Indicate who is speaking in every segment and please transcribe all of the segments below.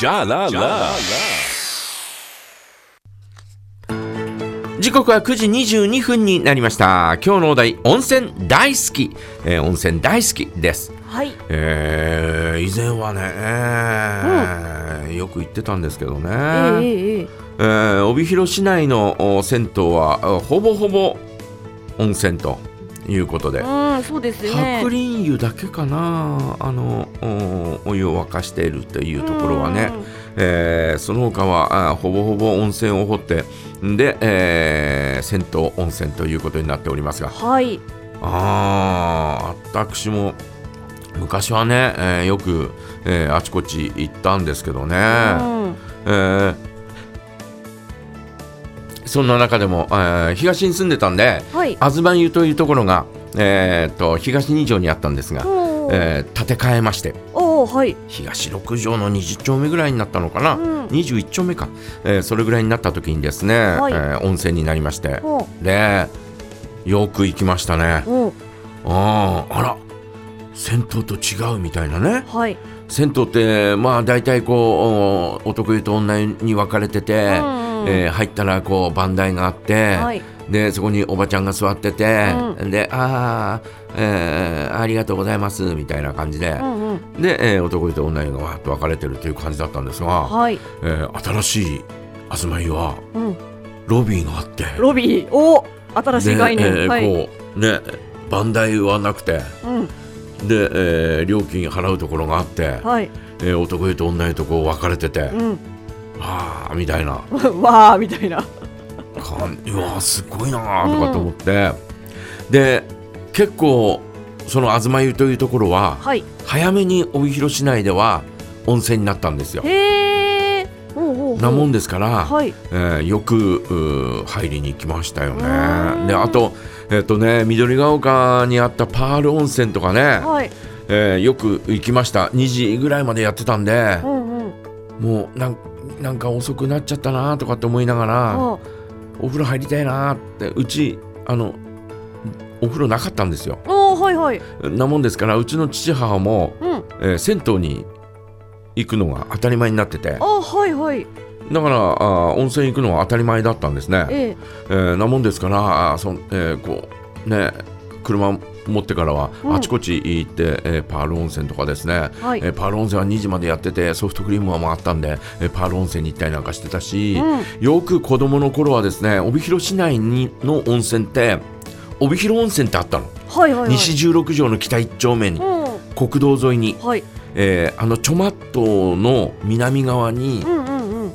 Speaker 1: Ja la la.
Speaker 2: 時刻は9時22分になりました今日のお題温泉大好き、えー温泉大好きです
Speaker 3: はい。
Speaker 2: えー以前はね、えーよく行ってたんですけどね、え
Speaker 3: えええええ
Speaker 2: ー帯広市内のお銭湯はあほぼほぼ温泉ということで、
Speaker 3: うん、そうですね
Speaker 2: 白。輪湯だけかなあのおお湯を沸かしているというところはね、えーその他はあほぼほぼ温泉を掘ってんで、えー銭湯温泉ということになっておりますが
Speaker 3: うん。はい。
Speaker 2: あー私も昔はね、えーよく、えーあちこち行ったんですけどね、
Speaker 3: うん。
Speaker 2: えーそんな中でも、えー東に住んでたんで
Speaker 3: はい。
Speaker 2: 東湯というところが、えー、と東二条にあったんですが、
Speaker 3: おー
Speaker 2: えー建て替えまして
Speaker 3: おーはい。
Speaker 2: 東六条の20丁目ぐらいになったのかな、
Speaker 3: うん
Speaker 2: 21丁目か、えーそれぐらいになった時にですね、
Speaker 3: はい
Speaker 2: えー温泉になりまして
Speaker 3: おー
Speaker 2: でよく行きましたね
Speaker 3: おー
Speaker 2: あーあら銭湯と違うみたいなね
Speaker 3: はい。
Speaker 2: 銭湯ってまあ大体こうお男湯と女湯に分かれてて、
Speaker 3: うん
Speaker 2: えー入ったらこう番台があって、
Speaker 3: はい
Speaker 2: でそこにおばちゃんが座ってて、
Speaker 3: う
Speaker 2: で「あー、えーありがとうございます」みたいな感じで
Speaker 3: う、んうん。
Speaker 2: で、えー男湯と女湯がわーっと分かれてるという感じだったんですが、
Speaker 3: はい。
Speaker 2: えー新しい東湯は
Speaker 3: うん。
Speaker 2: ロビーがあって
Speaker 3: ロビー。おー新しい概
Speaker 2: で
Speaker 3: 念。
Speaker 2: えー
Speaker 3: はい。
Speaker 2: こうね番台はなくて
Speaker 3: うん。
Speaker 2: で、えー料金払うところがあって、
Speaker 3: はい。
Speaker 2: え ー男湯と女湯とこう分かれてて、
Speaker 3: うん。
Speaker 2: ああみたいな
Speaker 3: わーみたいな。
Speaker 2: 感じうわーすごいなーとかと思って、で結構その東湯というところは
Speaker 3: はい。
Speaker 2: 早めに帯広市内では温泉になったんですよ。
Speaker 3: へえ。おーおーおー
Speaker 2: なもんですから、
Speaker 3: はい。
Speaker 2: えーよくうー入りに行きましたよ
Speaker 3: うー
Speaker 2: ね。
Speaker 3: ん
Speaker 2: であとえっとね緑ヶ丘にあったパール温泉とかね、
Speaker 3: はい。
Speaker 2: えーよく行きました2時ぐらいまでやってたんで
Speaker 3: うんうん。
Speaker 2: もうなんなんか遅くなっちゃったなーとかって思いながら。
Speaker 3: あ
Speaker 2: お風呂入りたいなーってうちあのお風呂なかったんですよ
Speaker 3: おーはいはい。
Speaker 2: なもんですからうちの父母も、
Speaker 3: うん。
Speaker 2: えー銭湯に行くのが当たり前になってて
Speaker 3: あーはいはい。
Speaker 2: だからあー温泉行くのは当たり前だったんですね、
Speaker 3: ええ。
Speaker 2: えーなもんですからあーそん、えーこうね車持ってからは
Speaker 3: うん
Speaker 2: あちこち行って、えーパール温泉とかですね、
Speaker 3: はい
Speaker 2: えーパール温泉は2時までやっててソフトクリームはもうあったんで、えーパール温泉に行ったりなんかしてたし、
Speaker 3: うん
Speaker 2: よく子供の頃はですね帯広市内にの温泉って帯広温泉ってあったの、
Speaker 3: はいはいはい。
Speaker 2: 西十六条の北一丁目に、
Speaker 3: う
Speaker 2: 国道沿いに
Speaker 3: ん。、はい。
Speaker 2: えーあのチョマットの南側に
Speaker 3: うんうんうん。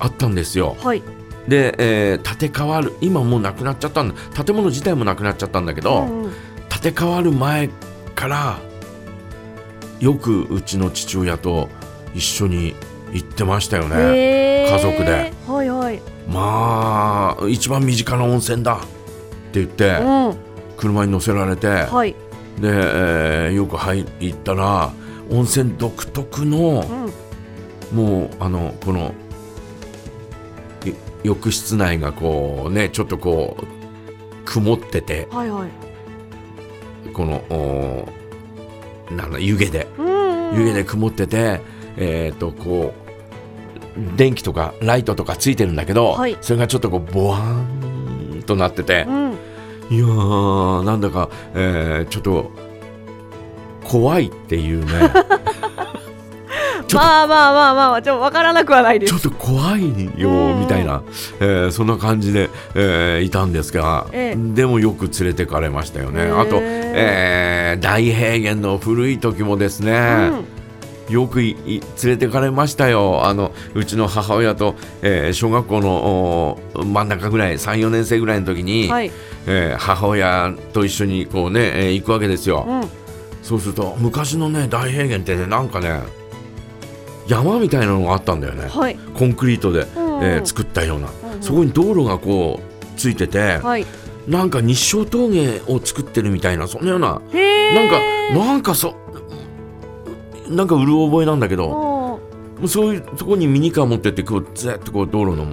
Speaker 2: あったんですよ、
Speaker 3: はい。
Speaker 2: で、えー建て替わる今もうなくなっちゃったんだ建物自体もなくなっちゃったんだけど、
Speaker 3: うんうん
Speaker 2: 建て替わる前からよくうちの父親と一緒に行ってましたよね
Speaker 3: へー
Speaker 2: 家族で
Speaker 3: はいはい、
Speaker 2: まあ一番身近な温泉だって言って
Speaker 3: う
Speaker 2: 車に乗せられて、
Speaker 3: ん、はい、
Speaker 2: で、えーよく入行ったら温泉独特
Speaker 3: う
Speaker 2: の
Speaker 3: ん、
Speaker 2: もうあのこのい浴室内がこうねちょっとこう曇ってて
Speaker 3: はいはい、
Speaker 2: このおーなんだ湯気で
Speaker 3: うん、
Speaker 2: 湯気で曇ってて、えっ、とこう電気とかライトとかついてるんだけど、
Speaker 3: はい
Speaker 2: それがちょっとこうボワーンとなってて
Speaker 3: う、ん、
Speaker 2: いやーなんだか、えーちょっと怖いっていう ねちょっと
Speaker 3: まあまあまあまあまあ、ちょっとわからなくはないで
Speaker 2: ち
Speaker 3: す
Speaker 2: ょ。っと怖いよみたいな、えーそんな感じで、えーいたんですが、
Speaker 3: ええ
Speaker 2: でもよく連れてかれましたよね。
Speaker 3: へー
Speaker 2: あと、えー大平原の古い時もですね、
Speaker 3: うん、
Speaker 2: よくいい連れてかれましたよあのうちの母親と、えー小学校のお真ん中ぐらい34年生ぐらいの時に、
Speaker 3: はい、
Speaker 2: えー母親と一緒にこうね、えー行くわけですよ、
Speaker 3: うん、
Speaker 2: そうすると昔のね大平原ってねなんかね山みたいなのがあったんだよね
Speaker 3: はい、
Speaker 2: コンクリートで、
Speaker 3: うん
Speaker 2: えー作ったような、
Speaker 3: うんうん
Speaker 2: そこに道路がこうついてて、
Speaker 3: はい、
Speaker 2: なんか日照峠を作ってるみたいなそんなような
Speaker 3: へえ、
Speaker 2: なんかなんかそなんかうる覚えなんだけど、
Speaker 3: お
Speaker 2: もうそういうとこにミニカー持ってってこうずっとこう道路の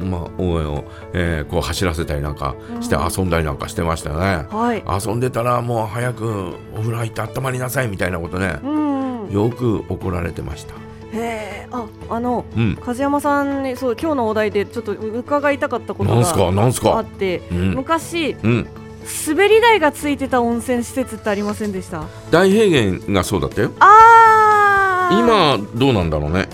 Speaker 2: うまあ応援を、えーこう走らせたりなんかして
Speaker 3: うん
Speaker 2: 遊んだりなんかしてましたね、
Speaker 3: ーはい、
Speaker 2: 遊んでたらもう早くお風呂入って温まりなさいみたいなことね
Speaker 3: うん、
Speaker 2: よく怒られてました
Speaker 3: へえ、あ、あの
Speaker 2: うん
Speaker 3: 風山さんにそう今日のお題でちょっと伺いたかったこと
Speaker 2: なんすか
Speaker 3: が
Speaker 2: なんす
Speaker 3: あ
Speaker 2: か
Speaker 3: って、
Speaker 2: うん、
Speaker 3: 昔
Speaker 2: うん、
Speaker 3: 滑り台がついてた温泉施設ってありませんでした
Speaker 2: 大平原がそうだったよ
Speaker 3: あー
Speaker 2: 今どうなんだろうね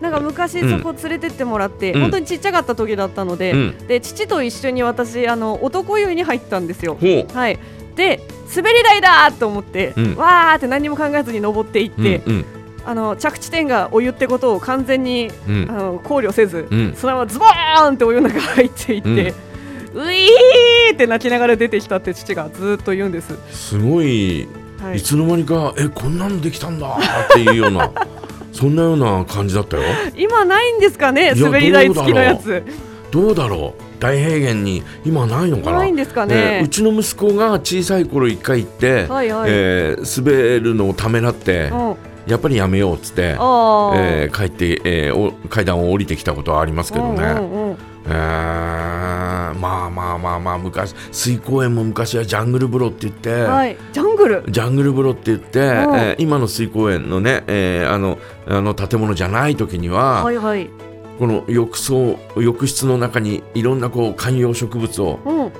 Speaker 3: なんか昔
Speaker 2: うん
Speaker 3: そこ連れてってもらって、
Speaker 2: うん
Speaker 3: 本当にちっちゃかった時だったので、
Speaker 2: うん
Speaker 3: で父と一緒に私あの男湯に入ったんですよ。
Speaker 2: ほう
Speaker 3: はいで滑り台だーと思って、
Speaker 2: うん
Speaker 3: わーって何も考えずに登っていっ
Speaker 2: うん
Speaker 3: て、
Speaker 2: うん
Speaker 3: あの着地点がお湯ってことを完全に
Speaker 2: う
Speaker 3: あ
Speaker 2: ん
Speaker 3: の考慮せず、
Speaker 2: うん
Speaker 3: そのままズボーンってお湯の中入っていって、ういーって泣きながら出てきたって父がずーっと言うんです。
Speaker 2: すごい
Speaker 3: はいい、
Speaker 2: つの間にかえこんなのできたんだっていうようなそんなような感じだったよ
Speaker 3: 今ないんですかね
Speaker 2: いや
Speaker 3: 滑り台付きのや
Speaker 2: ど
Speaker 3: つ
Speaker 2: どうだろう大平原に今ないのかな
Speaker 3: ないんですか
Speaker 2: えーう
Speaker 3: ね。
Speaker 2: ちの息子が小さい頃一回行って、
Speaker 3: はいはい。
Speaker 2: えー滑るのをためらって
Speaker 3: うん
Speaker 2: やっぱりやめようっつって、
Speaker 3: あー
Speaker 2: えー帰って、えーお階段を降りてきたことはありますけどね、
Speaker 3: うんうんうん
Speaker 2: えーまあまあまあまあ昔水公園も昔はジャングル風呂って言って、
Speaker 3: はい、ジャングル。
Speaker 2: ジャングル風呂って言って、え
Speaker 3: ん
Speaker 2: ー今の水公園のね、えーあのあの建物じゃない時には、
Speaker 3: はいはい。
Speaker 2: この浴槽浴室の中にいろんなこう観葉植物を
Speaker 3: うん。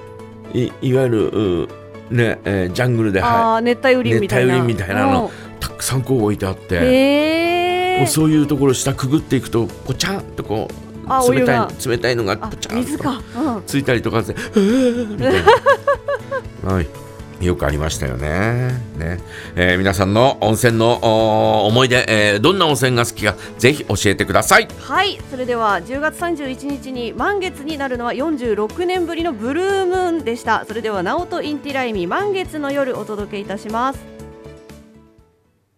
Speaker 2: いいわゆるうね、えージャングルで、
Speaker 3: あ
Speaker 2: は
Speaker 3: あ、熱帯雨林みたいな。
Speaker 2: 熱帯雨林みたいなの
Speaker 3: うん。
Speaker 2: い、たくさんこう置いてあって、
Speaker 3: へ
Speaker 2: もう
Speaker 3: え。
Speaker 2: そういうところ下くぐっていくとポチャンとこ
Speaker 3: あ
Speaker 2: う
Speaker 3: お湯
Speaker 2: 冷た
Speaker 3: が
Speaker 2: い冷たいのが
Speaker 3: あ
Speaker 2: ポチ、ャン
Speaker 3: 水
Speaker 2: と
Speaker 3: か。うん。
Speaker 2: ついたりとか して「うーみたいな、はい、よくありましたよねね、えー皆さんの温泉のおー思い出、えーどんな温泉が好きかぜひ教えてください
Speaker 3: はい、それでは10月31日に満月になるのは46年ぶりのブルームーンでした。それではナオトインティライミ満月の夜お届けいたします。